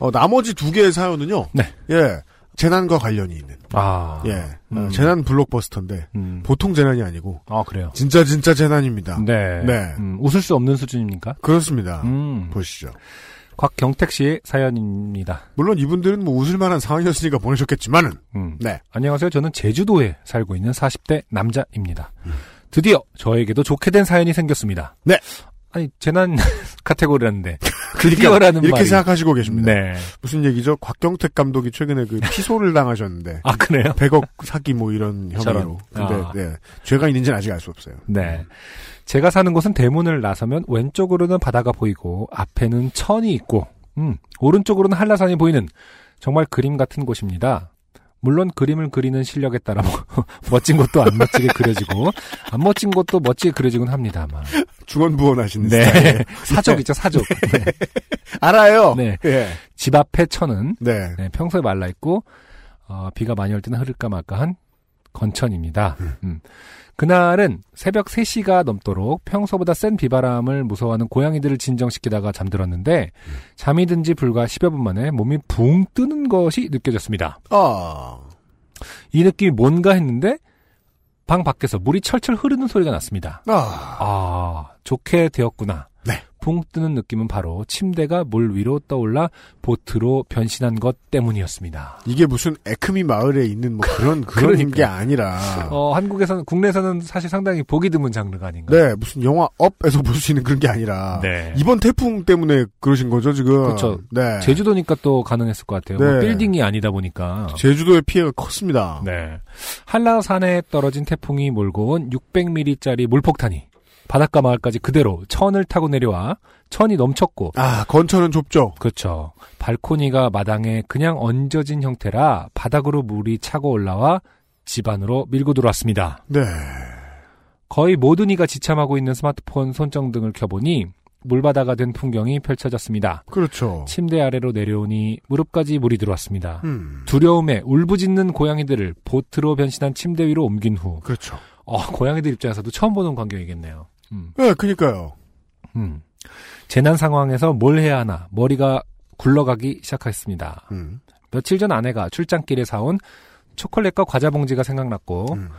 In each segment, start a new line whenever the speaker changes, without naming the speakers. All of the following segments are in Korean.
어, 나머지 두 개의 사연은요.
네.
예. 재난과 관련이 있는.
아.
예. 어,
음.
재난 블록버스터인데,
음.
보통 재난이 아니고,
아, 그래요.
진짜 진짜 재난입니다.
네.
네.
음, 웃을 수 없는 수준입니까?
그렇습니다.
음.
보시죠.
곽경택 씨의 사연입니다.
물론 이분들은 뭐 웃을 만한 상황이었으니까 보내셨겠지만은,
음.
네.
안녕하세요. 저는 제주도에 살고 있는 40대 남자입니다. 드디어 저에게도 좋게 된 사연이 생겼습니다.
음. 네.
아니, 재난 카테고리라는데.
그러니까
드디어라는
이렇게
말이.
생각하시고 계십니다.
네.
무슨 얘기죠? 곽경택 감독이 최근에 그 피소를 당하셨는데,
아, 그래요?
100억 사기 뭐 이런 혐의로.
저런.
근데,
아.
네. 죄가 있는지는 아직 알 수 없어요.
네. 제가 사는 곳은 대문을 나서면 왼쪽으로는 바다가 보이고 앞에는 천이 있고 음, 오른쪽으로는 한라산이 보이는 정말 그림 같은 곳입니다. 물론 그림을 그리는 실력에 따라 뭐- 멋진 곳도 안 멋지게 그려지고 안 멋진 곳도 멋지게 그려지곤 합니다만.
중언부언하시는
네.
스타일.
사족이죠, 사족. 네.
알아요.
네.
예.
집 앞에 천은
네.
네, 평소에 말라 있고 어, 비가 많이 올 때는 흐를까 말까 한 건천입니다. 음. 그날은 새벽 3시가 넘도록 평소보다 센 비바람을 무서워하는 고양이들을 진정시키다가 잠들었는데 잠이 든 지 불과 10여 분 만에 몸이 붕 뜨는 것이 느껴졌습니다.
아.
이 느낌이 뭔가 했는데 방 밖에서 물이 철철 흐르는 소리가 났습니다.
아.
아, 좋게 되었구나.
네.
붕 뜨는 느낌은 바로 침대가 물 위로 떠올라 보트로 변신한 것 때문이었습니다.
이게 무슨 에크미 마을에 있는 뭐 그런 그런
그러니까요.
게 아니라
어, 한국에서는 국내에서는 사실 상당히 보기 드문 장르가 아닌가.
네 무슨 영화 업에서 볼 수 있는 그런 게 아니라
네.
이번 태풍 때문에 그러신 거죠 지금
그렇죠.
네
제주도니까 또 가능했을 것 같아요.
네.
뭐 빌딩이 아니다 보니까.
제주도의 피해가 컸습니다
네. 한라산에 떨어진 태풍이 몰고 온 600mm짜리 물폭탄이 바닷가 마을까지 그대로 천을 타고 내려와 천이 넘쳤고
아 건천은 좁죠
그렇죠. 발코니가 마당에 그냥 얹어진 형태라 바닥으로 물이 차고 올라와 집 안으로 밀고 들어왔습니다.
네
거의 모든 이가 지참하고 있는 스마트폰 손정등을 켜보니 물바다가 된 풍경이 펼쳐졌습니다.
그렇죠
침대 아래로 내려오니 무릎까지 물이 들어왔습니다.
음
두려움에 울부짖는 고양이들을 보트로 변신한 침대 위로 옮긴 후,
그렇죠
어, 고양이들 입장에서도 처음 보는 광경이겠네요. 음,
네 그니까요
음. 재난 상황에서 뭘 해야 하나 머리가 굴러가기 시작했습니다.
음,
며칠 전 아내가 출장길에 사온 초콜릿과 과자 봉지가 생각났고
음.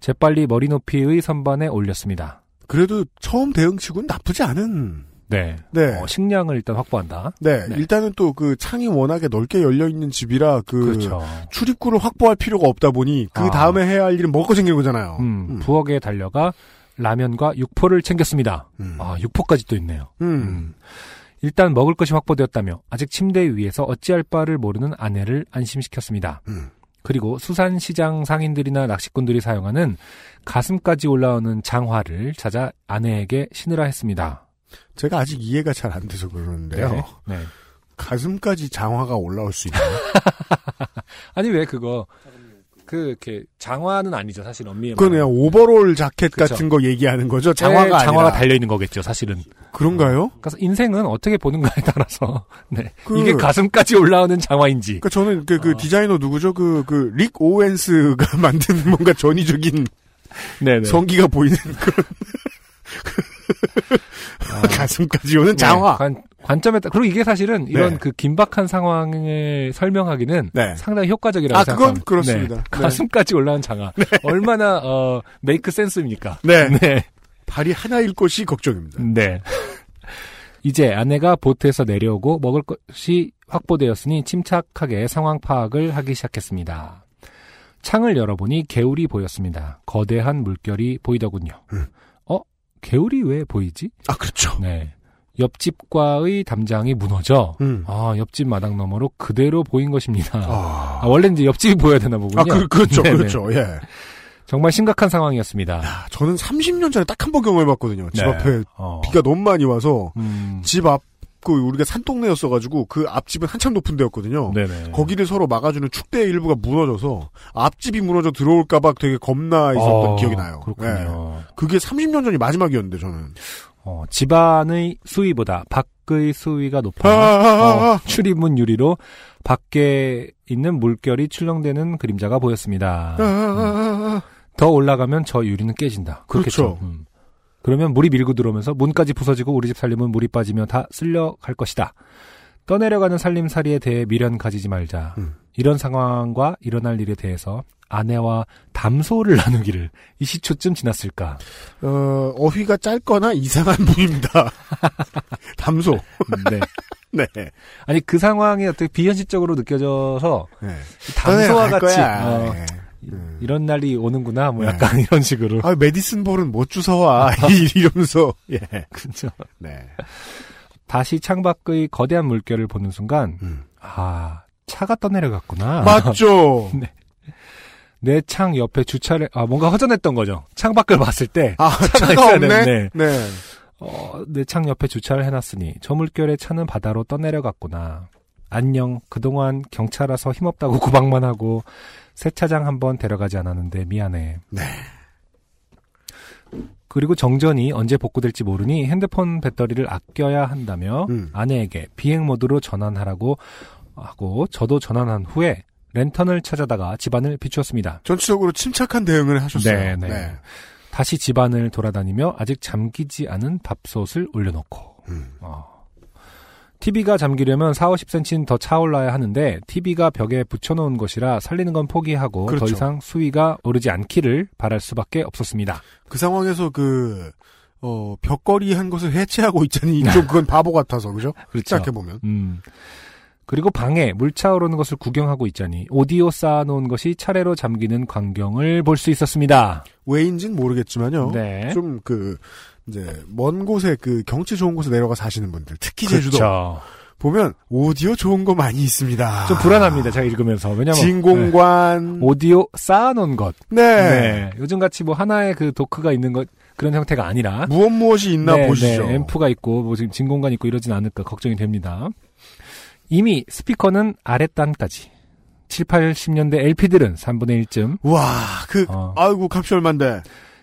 재빨리 머리 높이의 선반에 올렸습니다.
그래도 처음 대응치고는 나쁘지 않은
네.
네
어, 식량을 일단 확보한다.
네,
네.
일단은 또 그 창이 워낙에 넓게 열려 있는 집이라 그
그렇죠.
출입구를 확보할 필요가 없다 보니 그
아.
다음에 해야 할 일은 먹고 생기는 거잖아요.
음, 부엌에 달려가 라면과 육포를 챙겼습니다.
음.
아, 육포까지 또 있네요.
음.
음. 일단 먹을 것이 확보되었다며 아직 침대 위에서 어찌할 바를 모르는 아내를 안심시켰습니다.
음.
그리고 수산시장 상인들이나 낚시꾼들이 사용하는 가슴까지 올라오는 장화를 찾아 아내에게 신으라 했습니다.
제가 아직 이해가 잘 안 돼서 그러는데요.
네.
가슴까지 장화가 올라올 수 있는.
아니 왜 그거 그 이렇게 장화는 아니죠 사실 엄밀히.
그건 그냥 오버롤 자켓
그쵸. 네,
같은 거 얘기하는 거죠.
장화가
장화가 아니라.
달려 있는 거겠죠 사실은.
그런가요?
그래서 인생은 어떻게 보는가에 따라서 네.
그-
이게 가슴까지 올라오는 장화인지
그러니까 저는 그, 그
어.
디자이너 누구죠? 그 그 릭 오웬스가 만든 뭔가 전위적인
네네.
성기가 보이는 그런 가슴까지
네.
오는 네, 장화.
관, 점에 따라 그리고 이게 사실은 이런
네.
그 긴박한 상황을 설명하기는
네.
상당히 효과적이라고
아, 그건
생각합니다.
그렇습니다.
네.
네.
가슴까지 올라온 장화 얼마나 어, 메이크 센스입니까?
네.
네.
발이 하나일 것이 걱정입니다.
네. 이제 아내가 보트에서 내려오고 먹을 것이 확보되었으니 침착하게 상황 파악을 하기 시작했습니다. 창을 열어보니 개울이 보였습니다. 거대한 물결이 보이더군요.
음.
어? 개울이 왜 보이지?
아 그렇죠.
네. 옆집과의 담장이 무너져
음.
아 옆집 마당 너머로 그대로 보인 것입니다.
아,
아, 원래 이제 옆집이 보여야 되나 보군요.
아, 그, 그렇죠,
네네.
그렇죠, 예.
정말 심각한 상황이었습니다.
아, 저는 30년 전에 딱 한 번 경험해봤거든요. 집
네.
앞에
어.
비가 너무 많이 와서
음.
집 앞 그 우리가 산동네였어가지고 그 앞집은 한참 높은 데였거든요.
네네.
거기를 서로 막아주는 축대의 일부가 무너져서 앞집이 무너져 들어올까봐 되게 겁나 있었던
어,
기억이 나요. 네.
그렇군요.
그게 30년 전이 마지막이었는데 저는.
어, 집안의 수위보다 밖의 수위가
아,
높아
아,
어, 출입문 유리로 밖에 있는 물결이 출렁대는 그림자가 보였습니다.
아, 아, 아, 아,
더 올라가면 저 유리는 깨진다. 그렇겠죠.
그렇죠.
음. 그러면 물이 밀고 들어오면서 문까지 부서지고 우리 집 살림은 물이 빠지면 다 쓸려갈 것이다. 떠내려가는 살림살이에 대해 미련 가지지 말자.
음.
이런 상황과 일어날 일에 대해서 아내와 담소를 나누기를 이 시초쯤 지났을까.
아. 어, 어휘가 짧거나 이상한 분입니다. 담소.
네.
네.
아니 그 상황이 어떻게 비현실적으로 느껴져서
네.
이 담소와
갈
같이
거야.
어,
네.
이-
음.
이런 날이 오는구나 뭐
네.
약간 이런 식으로
아, 메디슨 볼은 못 주워와. 이러면서. 예.
그죠.
네.
다시 창밖의 거대한 물결을 보는 순간
음.
아 차가 떠내려갔구나
맞죠.
내 창 옆에 주차를 아 뭔가 허전했던 거죠 창 밖을 봤을 때
아,
차가
차가,
있어야
없네.
되는데.
네.
어, 내 창 옆에 주차를 해놨으니 저 물결에 차는 바다로 떠내려갔구나. 안녕. 그동안 경찰 와서 힘없다고 구박만 하고 세차장 한번 데려가지 않았는데 미안해.
네.
그리고 정전이 언제 복구될지 모르니 핸드폰 배터리를 아껴야 한다며
음.
아내에게 비행 모드로 전환하라고 하고 저도 전환한 후에 랜턴을 찾아다가 집안을 비추었습니다.
전체적으로 침착한 대응을 하셨어요.
네, 네. 다시 집안을 돌아다니며 아직 잠기지 않은 밥솥을 올려놓고
음.
어. TV가 잠기려면 4, 50cm는 더 차올라야 하는데 TV가 벽에 붙여놓은 것이라 살리는 건 포기하고
그렇죠.
더 이상 수위가 오르지 않기를 바랄 수밖에 없었습니다.
그 상황에서 그, 어, 벽걸이 한 것을 해체하고 있자니 좀 그건 바보 같아서, 그죠?
네. 그렇죠.
생각해보면.
음. 그리고 방에 물차오르는 것을 구경하고 있자니 오디오 쌓아놓은 것이 차례로 잠기는 광경을 볼 수 있었습니다.
왜인진 모르겠지만요.
네.
어? 좀 그, 이제, 먼 곳에 그 경치 좋은 곳에 내려가 사시는 분들, 특히 제주도.
그렇죠.
보면 오디오 좋은 거 많이 있습니다.
좀
아.
불안합니다. 제가 읽으면서 왜냐면 네.
진공관.
오디오 쌓아놓은 것.
네.
네. 요즘 같이 뭐 하나의 그 도크가 있는 것 그런 형태가 아니라
무엇 무엇이 있나
네,
보시죠.
네, 앰프가 있고 뭐 지금 진공관 있고 이러진 않을까 걱정이 됩니다. 이미 스피커는 아랫단까지 7, 80년대 LP들은 3분의 1쯤
와, 그,
어.
아이고, 값이 얼만데.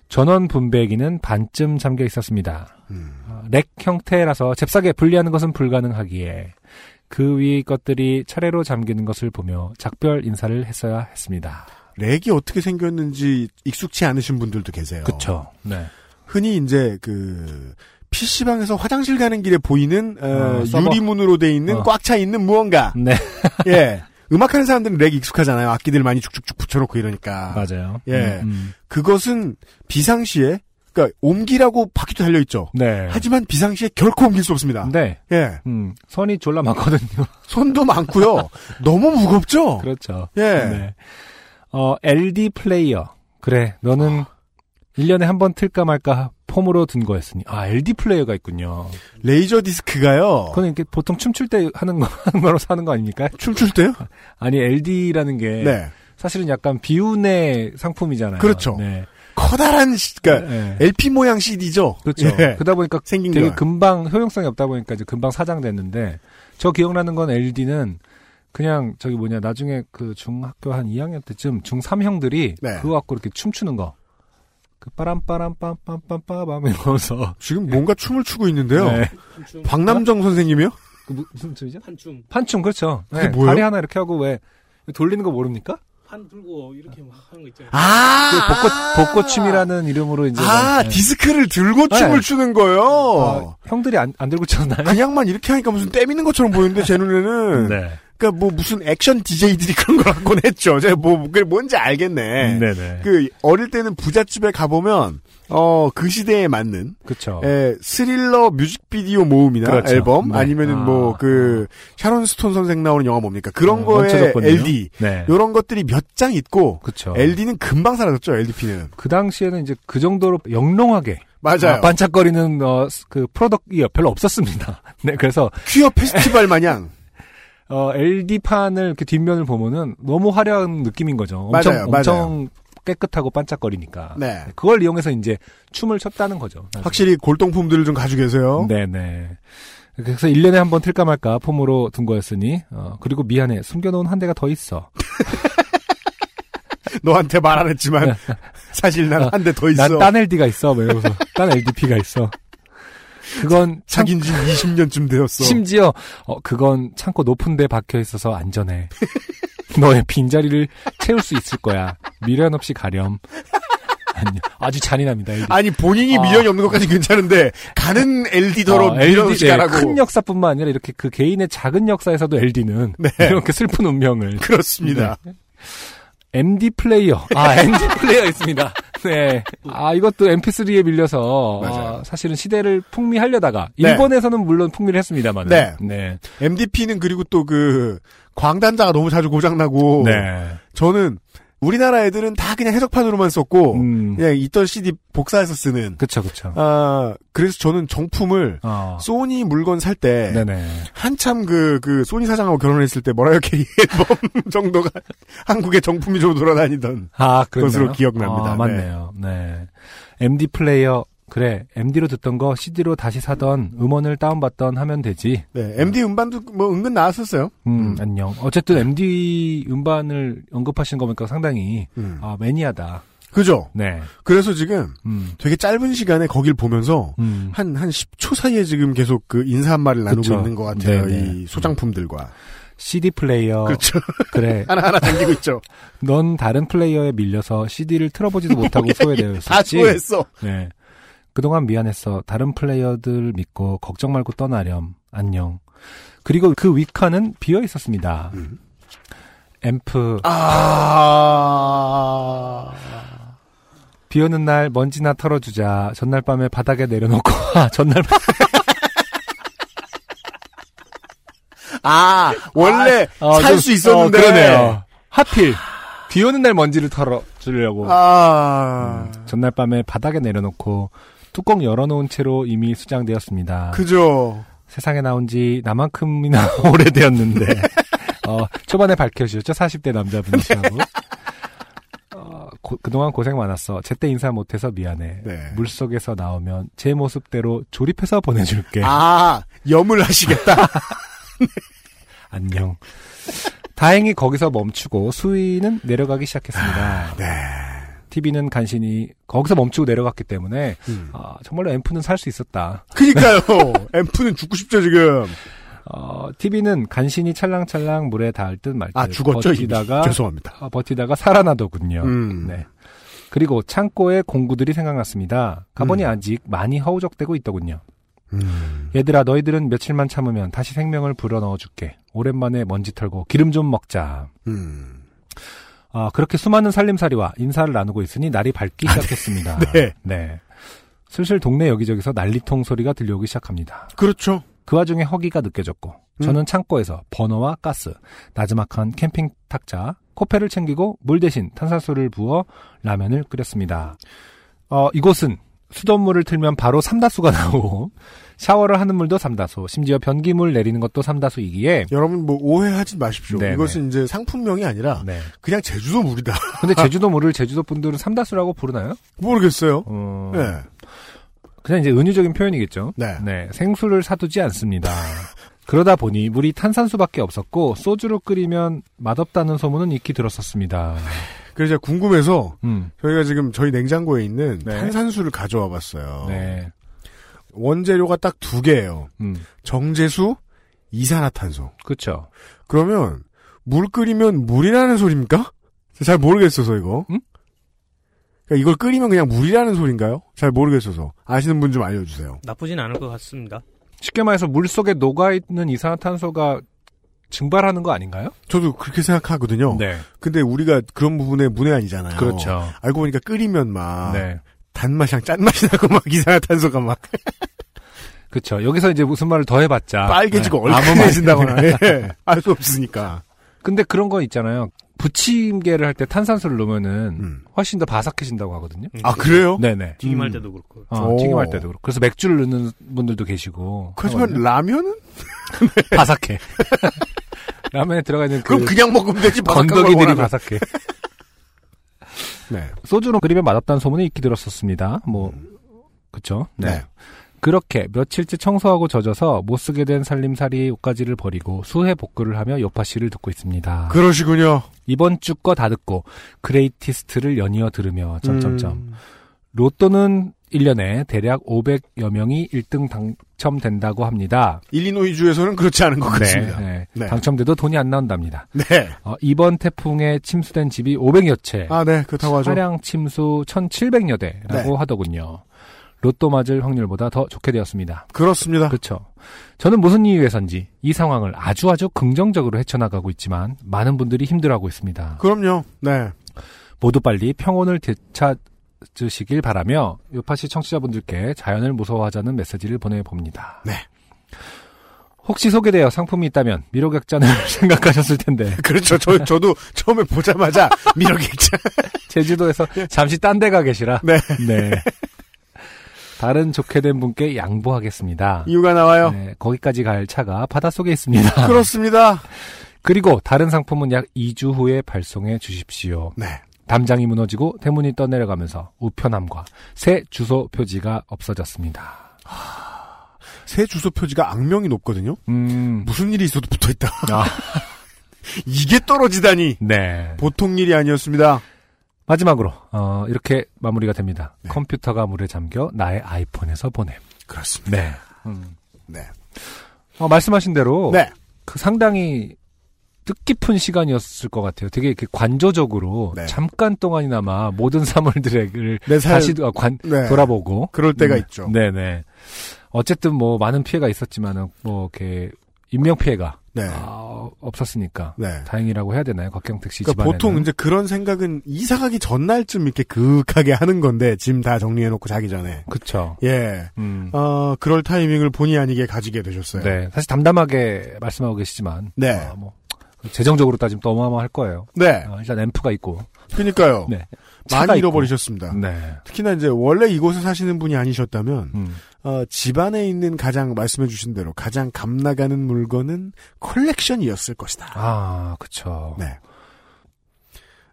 전원 분배기는 반쯤 잠겨 있었습니다.
음.
어, 렉 형태라서 잽싸게 분리하는 것은 불가능하기에 그 위 것들이 차례로 잠기는 것을 보며 작별 인사를 했어야 했습니다.
렉이 어떻게 생겼는지 익숙치 않으신 분들도 계세요.
그쵸. 네.
흔히 이제 그 PC방에서 화장실 가는 길에 보이는 어,
어, 서버.
유리문으로 돼 있는
어.
꽉 차 있는 무언가.
네.
예. 음악하는 사람들은 렉 익숙하잖아요. 악기들 많이 쭉쭉쭉 붙여놓고 이러니까.
맞아요.
예.
음, 음.
그것은 비상시에 그러니까 옮기라고 바퀴도 달려 있죠.
네.
하지만 비상시에 결코 옮길 수 없습니다.
네.
예.
음, 선이 졸라 많거든요.
손도 많고요. 너무 무겁죠.
그렇죠.
예.
네. 어, LD 플레이어. 그래, 너는
아.
1년에 한 번 틀까 말까 폼으로 둔 거였으니. 아, LD 플레이어가 있군요.
레이저 디스크가요.
그건 이렇게 보통 춤출 때 하는 거, 하는 거로 사는 거 아닙니까?
춤출 때요?
아니, LD라는 게.
네.
사실은 약간 비운의 상품이잖아요.
그렇죠.
네.
커다란 시, 그러니까 예.
네.
LP 모양 CD죠. 네.
그렇죠. 그러다 보니까
생긴
되게
거.
금방 효용성이 없다 보니까 이제 금방 사장됐는데 저 기억나는 건 LD는 그냥 저기 뭐냐 나중에 그 중학교 한 2학년 때쯤 중3 형들이
네.
그거 갖고 이렇게 춤추는 거. 그 빠람빠람 빰빰빰빰빰 이러면서
지금 뭔가 춤을 추고 있는데요.
네.
춤,
박남정 선생님이요?
그 무- 무슨 춤이죠?
판춤,
판춤 그렇죠.
그게 뭐예요?
다리 하나 이렇게 하고 왜 돌리는 거 모릅니까?
판 들고 이렇게 막 하는 거 있잖아요.
아,
그 벚꽃 벚꽃춤이라는 이름으로 이제
아,
네.
디스크를 들고
네.
춤을 추는 거요.
아, 형들이 안, 안 들고 쳤나요?
그냥만 이렇게 하니까 무슨 때미는 것처럼 보이는데 제 눈에는
네.
그러니까 뭐 무슨 액션 DJ들이 그런 걸 갖곤 했죠. 제가 뭐 그게 뭔지 알겠네.
네네.
그 어릴 때는 부잣집에 가 보면 어 그 시대에 맞는
그렇죠.
에, 예, 스릴러 뮤직비디오 모음이나
그렇죠.
앨범
네.
아니면은
아.
뭐 그 샤론 스톤 선생 나오는 영화 뭡니까? 그런
어,
거에
원초적군요.
LD
네.
이런 것들이 몇 장 있고
그렇죠.
LD는 금방 사라졌죠. LDP는
그 당시에는 이제 그 정도로 영롱하게
맞아요.
아, 반짝거리는 어, 스- 그 프로덕트가 별로 없었습니다. 네, 그래서
퀴어 페스티벌 마냥
어, LD 판을 이렇게 뒷면을 보면은 너무 화려한 느낌인 거죠. 엄청
맞아요, 맞아요.
엄청 깨끗하고 반짝거리니까.
네.
그걸 이용해서 이제 춤을 췄다는 거죠. 네.
확실히 골동품들을 좀 가지고 계세요.
네네. 그래서 1년에 한 번 틀까 말까 폼으로 둔 거였으니, 어, 그리고 미안해. 숨겨놓은 한 대가 더 있어.
너한테 말 안 했지만 사실 난 한 대 더 있어.
난 딴 LD가 있어. 막 이러면서. 딴 LDP가 있어. 그건 참-
사귄 지 20년쯤 되었어.
심지어 어, 그건 창고 높은 데 박혀 있어서 안전해. 너의 빈자리를 채울 수 있을 거야. 미련 없이 가렴. 아니, 아주 잔인합니다. LD.
아니 본인이
아.
미련이 없는 것까지 괜찮은데 가는 엘디더로
어,
미련을
LD 네,
시가라고.
큰 역사뿐만 아니라 이렇게 그 개인의 작은 역사에서도 LD는
네.
이렇게 슬픈 운명을
그렇습니다.
MD 플레이어. 아, MD 플레이어 있습니다. 네. 아, 이것도 MP3에 밀려서
맞아요.
아, 사실은 시대를 풍미하려다가
네.
일본에서는 물론 풍미를 했습니다만.
네.
네.
MDP는 그리고 또 그 광단자가 너무 자주 고장나고
네.
저는 우리나라 애들은 다 그냥 해석판으로만 썼고
음.
그냥 있던 CD 복사해서 쓰는
그쵸, 그쵸.
아 그래서 저는 정품을
어.
소니 물건 살 때
네네.
한참 그, 그, 소니 사장하고 결혼했을 때, 뭐라 이렇게 이 앨범 정도가 한국의 정품이 좀 돌아다니던.
아, 그랬나요?
것으로 기억납니다.
아, 맞네요. 네. MD 플레이어. 그래. MD로 듣던 거 CD로 다시 사던 음원을 다운받던 하면 되지.
네, MD 음반도 뭐 은근 나왔었어요.
음,
음.
안녕. 어쨌든 MD 음반을 언급하시는 거 보니까 상당히
음.
아, 매니아다.
그죠?
네.
그래서 지금
음.
되게 짧은 시간에 거길 보면서
음.
한, 한 10초 사이에 지금 계속 그 인사 한 마리를 나누고
그쵸.
있는 것 같아요.
네네.
이 소장품들과.
CD 플레이어.
그렇죠.
그래.
하나하나 당기고 있죠.
넌 다른 플레이어에 밀려서 CD를 틀어보지도 못하고 소외되어 있었지.
아, 다 좋아했어.
네. 그동안 미안했어. 다른 플레이어들 믿고 걱정 말고 떠나렴. 안녕. 그리고 그 위칸은 비어 있었습니다.
음.
앰프
아.
비 오는 날 먼지나 털어주자. 전날 밤에 바닥에 내려놓고 아, 전날 밤-
아, 원래
아,
살
좀-
수 있었는데.
어, 그러네요. 하필 비 오는 날 먼지를 털어주려고
아.
전날 밤에 바닥에 내려놓고 뚜껑 열어놓은 채로 이미 수장되었습니다.
그죠.
세상에 나온 지 나만큼이나 오래되었는데 어, 초반에 밝혀주셨죠 40대 남자분이시라고
네.
어, 고- 그동안 고생 많았어 제때 인사 못해서 미안해
네.
물속에서 나오면 제 모습대로 조립해서 보내줄게
아, 염을 하시겠다.
안녕 다행히 거기서 멈추고 수위는 내려가기 시작했습니다
네.
TV는 간신히 거기서 멈추고 내려갔기 때문에
음.
아, 정말로 앰프는 살 수 있었다
그니까요. 앰프는 죽고 싶죠, 지금.
TV는 어, 간신히 찰랑찰랑 물에 닿을 듯 말 듯
아, 죽었죠, 이미.
네, 버티다가
죄송합니다.
아, 버티다가 살아나더군요.
음.
네. 그리고 창고에 공구들이 생각났습니다. 가보니
음.
아직 많이 허우적대고 있더군요.
음.
얘들아, 너희들은 며칠만 참으면 다시 생명을 불어넣어줄게. 오랜만에 먼지 털고 기름 좀 먹자.
음.
아, 그렇게 수많은 살림살이와 인사를 나누고 있으니 날이 밝기 시작했습니다.
아, 네.
네. 슬슬 동네 여기저기서 난리통 소리가 들려오기 시작합니다.
그렇죠.
그 와중에 허기가 느껴졌고 저는 창고에서 버너와 가스, 나지막한 캠핑 탁자, 코페를 챙기고 물 대신 탄산수를 부어 라면을 끓였습니다. 어, 이곳은 수돗물을 틀면 바로 삼다수가 나오고 샤워를 하는 물도 삼다수, 심지어 변기물 내리는 것도 삼다수이기에
여러분, 뭐, 오해하지 마십시오.
네네.
이것은 이제 상품명이 아니라,
네.
그냥 제주도 물이다.
근데 제주도 물을 제주도 분들은 삼다수라고 부르나요?
모르겠어요.
어,
네.
그냥 이제 은유적인 표현이겠죠.
네.
생수를 사두지 않습니다. 그러다 보니 물이 탄산수밖에 없었고 소주로 끓이면 맛없다는 소문은 익히 들었었습니다.
그래서 제가 궁금해서,
음.
저희가 지금 저희 냉장고에 있는
네.
탄산수를 가져와 봤어요.
네.
원재료가 딱 두 개예요.
음.
정제수, 이산화탄소.
그렇죠.
그러면, 물 끓이면 물이라는 소리입니까? 잘 모르겠어서, 이거.
음?
그러니까 이걸 끓이면 그냥 물이라는 소리인가요? 잘 모르겠어서. 아시는 분 좀 알려주세요.
나쁘진 않을 것 같습니다.
쉽게 말해서 물 속에 녹아 있는 이산화탄소가 증발하는 거 아닌가요?
저도 그렇게 생각하거든요.
네.
근데 우리가 그런 부분에 문외한이잖아요.
그렇죠.
알고 보니까 끓이면 막
네.
단맛이랑 짠맛이 나고 막 이산화탄소가 막
그렇죠. 여기서 이제 무슨 말을 더
아,
해봤자
빨개지고
네. 아무 말-
얼큰해진다거나 예. 알수 없으니까.
근데 그런 거 있잖아요. 부침개를 할 때 탄산수를 넣으면은
음.
훨씬 더 바삭해진다고 하거든요.
아 그래요?
네네.
튀김할
음.
때도 그렇고.
어,
오.
튀김할 때도 그렇고. 그래서 맥주를 넣는 분들도 계시고. 어,
하지만 라면은 네.
바삭해. 라면에 들어가 있는 그
그럼 그냥 먹으면 되지. 바삭한 걸
건더기들이
원하면.
바삭해.
네.
소주로 끓이면 맛없다는 소문이 익히 들었었습니다. 뭐 그쵸?
음. 네.
네. 그렇게 며칠째 청소하고 젖어서 못 쓰게 된 살림살이 옷가지를 버리고 수해 복구를 하며 요파 씨를 듣고 있습니다.
아, 그러시군요.
이번 주 거 다 듣고 그레이티스트를 연이어 들으며 점점점
음.
로또는 1년에 대략 500여 명이 1등 당첨된다고 합니다.
일리노이주에서는 그렇지 않은 것 같습니다. 네.
네, 네. 당첨돼도 돈이 안 나온답니다.
네.
어, 이번 태풍에 침수된 집이 500여 채,
아, 네. 그렇다고 하죠.
차량 침수 1,700여 대라고
네.
하더군요. 로또 맞을 확률보다 더 좋게 되었습니다.
그렇습니다.
그렇죠. 저는 무슨 이유에선지 이 상황을 아주 아주 긍정적으로 헤쳐나가고 있지만 많은 분들이 힘들어하고 있습니다.
그럼요. 네.
모두 빨리 평온을 되찾으시길 바라며 요파시 청취자분들께 자연을 무서워하자는 메시지를 보내봅니다.
네.
혹시 소개되어 상품이 있다면 미로격자를 생각하셨을 텐데
그렇죠. 저, 저도 처음에 보자마자 미러겠죠.
제주도에서 잠시 딴 데 가 계시라.
예. 네.
네. 다른 좋게 된 분께 양보하겠습니다.
이유가 나와요.
네, 거기까지 갈 차가 바닷속에
네.
있습니다.
그렇습니다.
그리고 다른 상품은 약 2주 후에 발송해 주십시오.
네.
담장이 무너지고 대문이 떠내려가면서 우편함과 새 주소 표지가 없어졌습니다.
새 주소 표지가 악명이 높거든요.
음,
무슨 일이 있어도 붙어 있다.
아.
이게 떨어지다니.
네.
보통 일이 아니었습니다.
마지막으로 어, 이렇게 마무리가 됩니다.
네.
컴퓨터가 물에 잠겨 나의 아이폰에서 보냄.
그렇습니다.
네.
네.
어, 말씀하신 대로
네.
그 상당히 뜻깊은 시간이었을 것 같아요. 되게 이렇게 관조적으로
네.
잠깐 동안이나마 모든 사물들을
내 살-
다시 아, 관,
네.
돌아보고
그럴 때가
음,
있죠.
네네. 어쨌든 뭐 많은 피해가 있었지만은 뭐 이렇게 인명 피해가
네.
없었으니까
네.
아, 다행이라고 해야 되나요? 곽경택 씨
그러니까
집안에는
보통 이제 그런 생각은 이사 가기 전날쯤 이렇게 그윽하게 하는 건데 짐 다 정리해 놓고 자기 전에.
그쵸.
예.
음.
어, 그럴 타이밍을 본의 아니게 가지게 되셨어요.
네. 사실 담담하게 말씀하고 계시지만
네.
아, 뭐 재정적으로 따지면 또 어마어마할 거예요.
네.
아, 일단 앰프가 있고
그러니까요.
네. 차가
많이
있고.
잃어버리셨습니다.
네.
특히나 이제 원래 이곳에 사시는 분이 아니셨다면
음.
어, 집안에 있는 가장 말씀해 주신 대로 가장 감나가는 물건은 컬렉션이었을 것이다.
아, 그쵸.
네.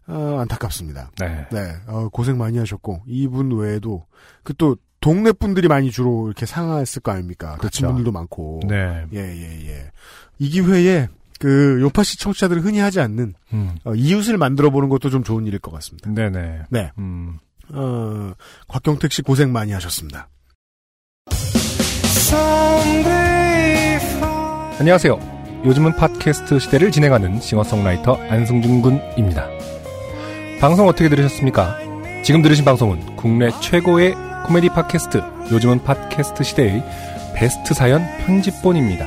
어, 안타깝습니다.
네.
네, 어, 고생 많이 하셨고 이분 외에도 그 또 동네 분들이 많이 주로 이렇게 상하했을 거 아닙니까? 다친
그렇죠.
분들도 많고.
네.
예, 예, 예. 이 기회에 그 요파 씨 청취자들은 흔히 하지 않는
음.
어, 이웃을 만들어 보는 것도 좀 좋은 일일 것 같습니다.
네네.
네.
음.
어, 곽경택 씨 고생 많이 하셨습니다.
안녕하세요. 요즘은 팟캐스트 시대를 진행하는 싱어송라이터 안승준 군입니다. 방송 어떻게 들으셨습니까? 지금 들으신 방송은 국내 최고의 코미디 팟캐스트 요즘은 팟캐스트 시대의 베스트 사연 편집본입니다.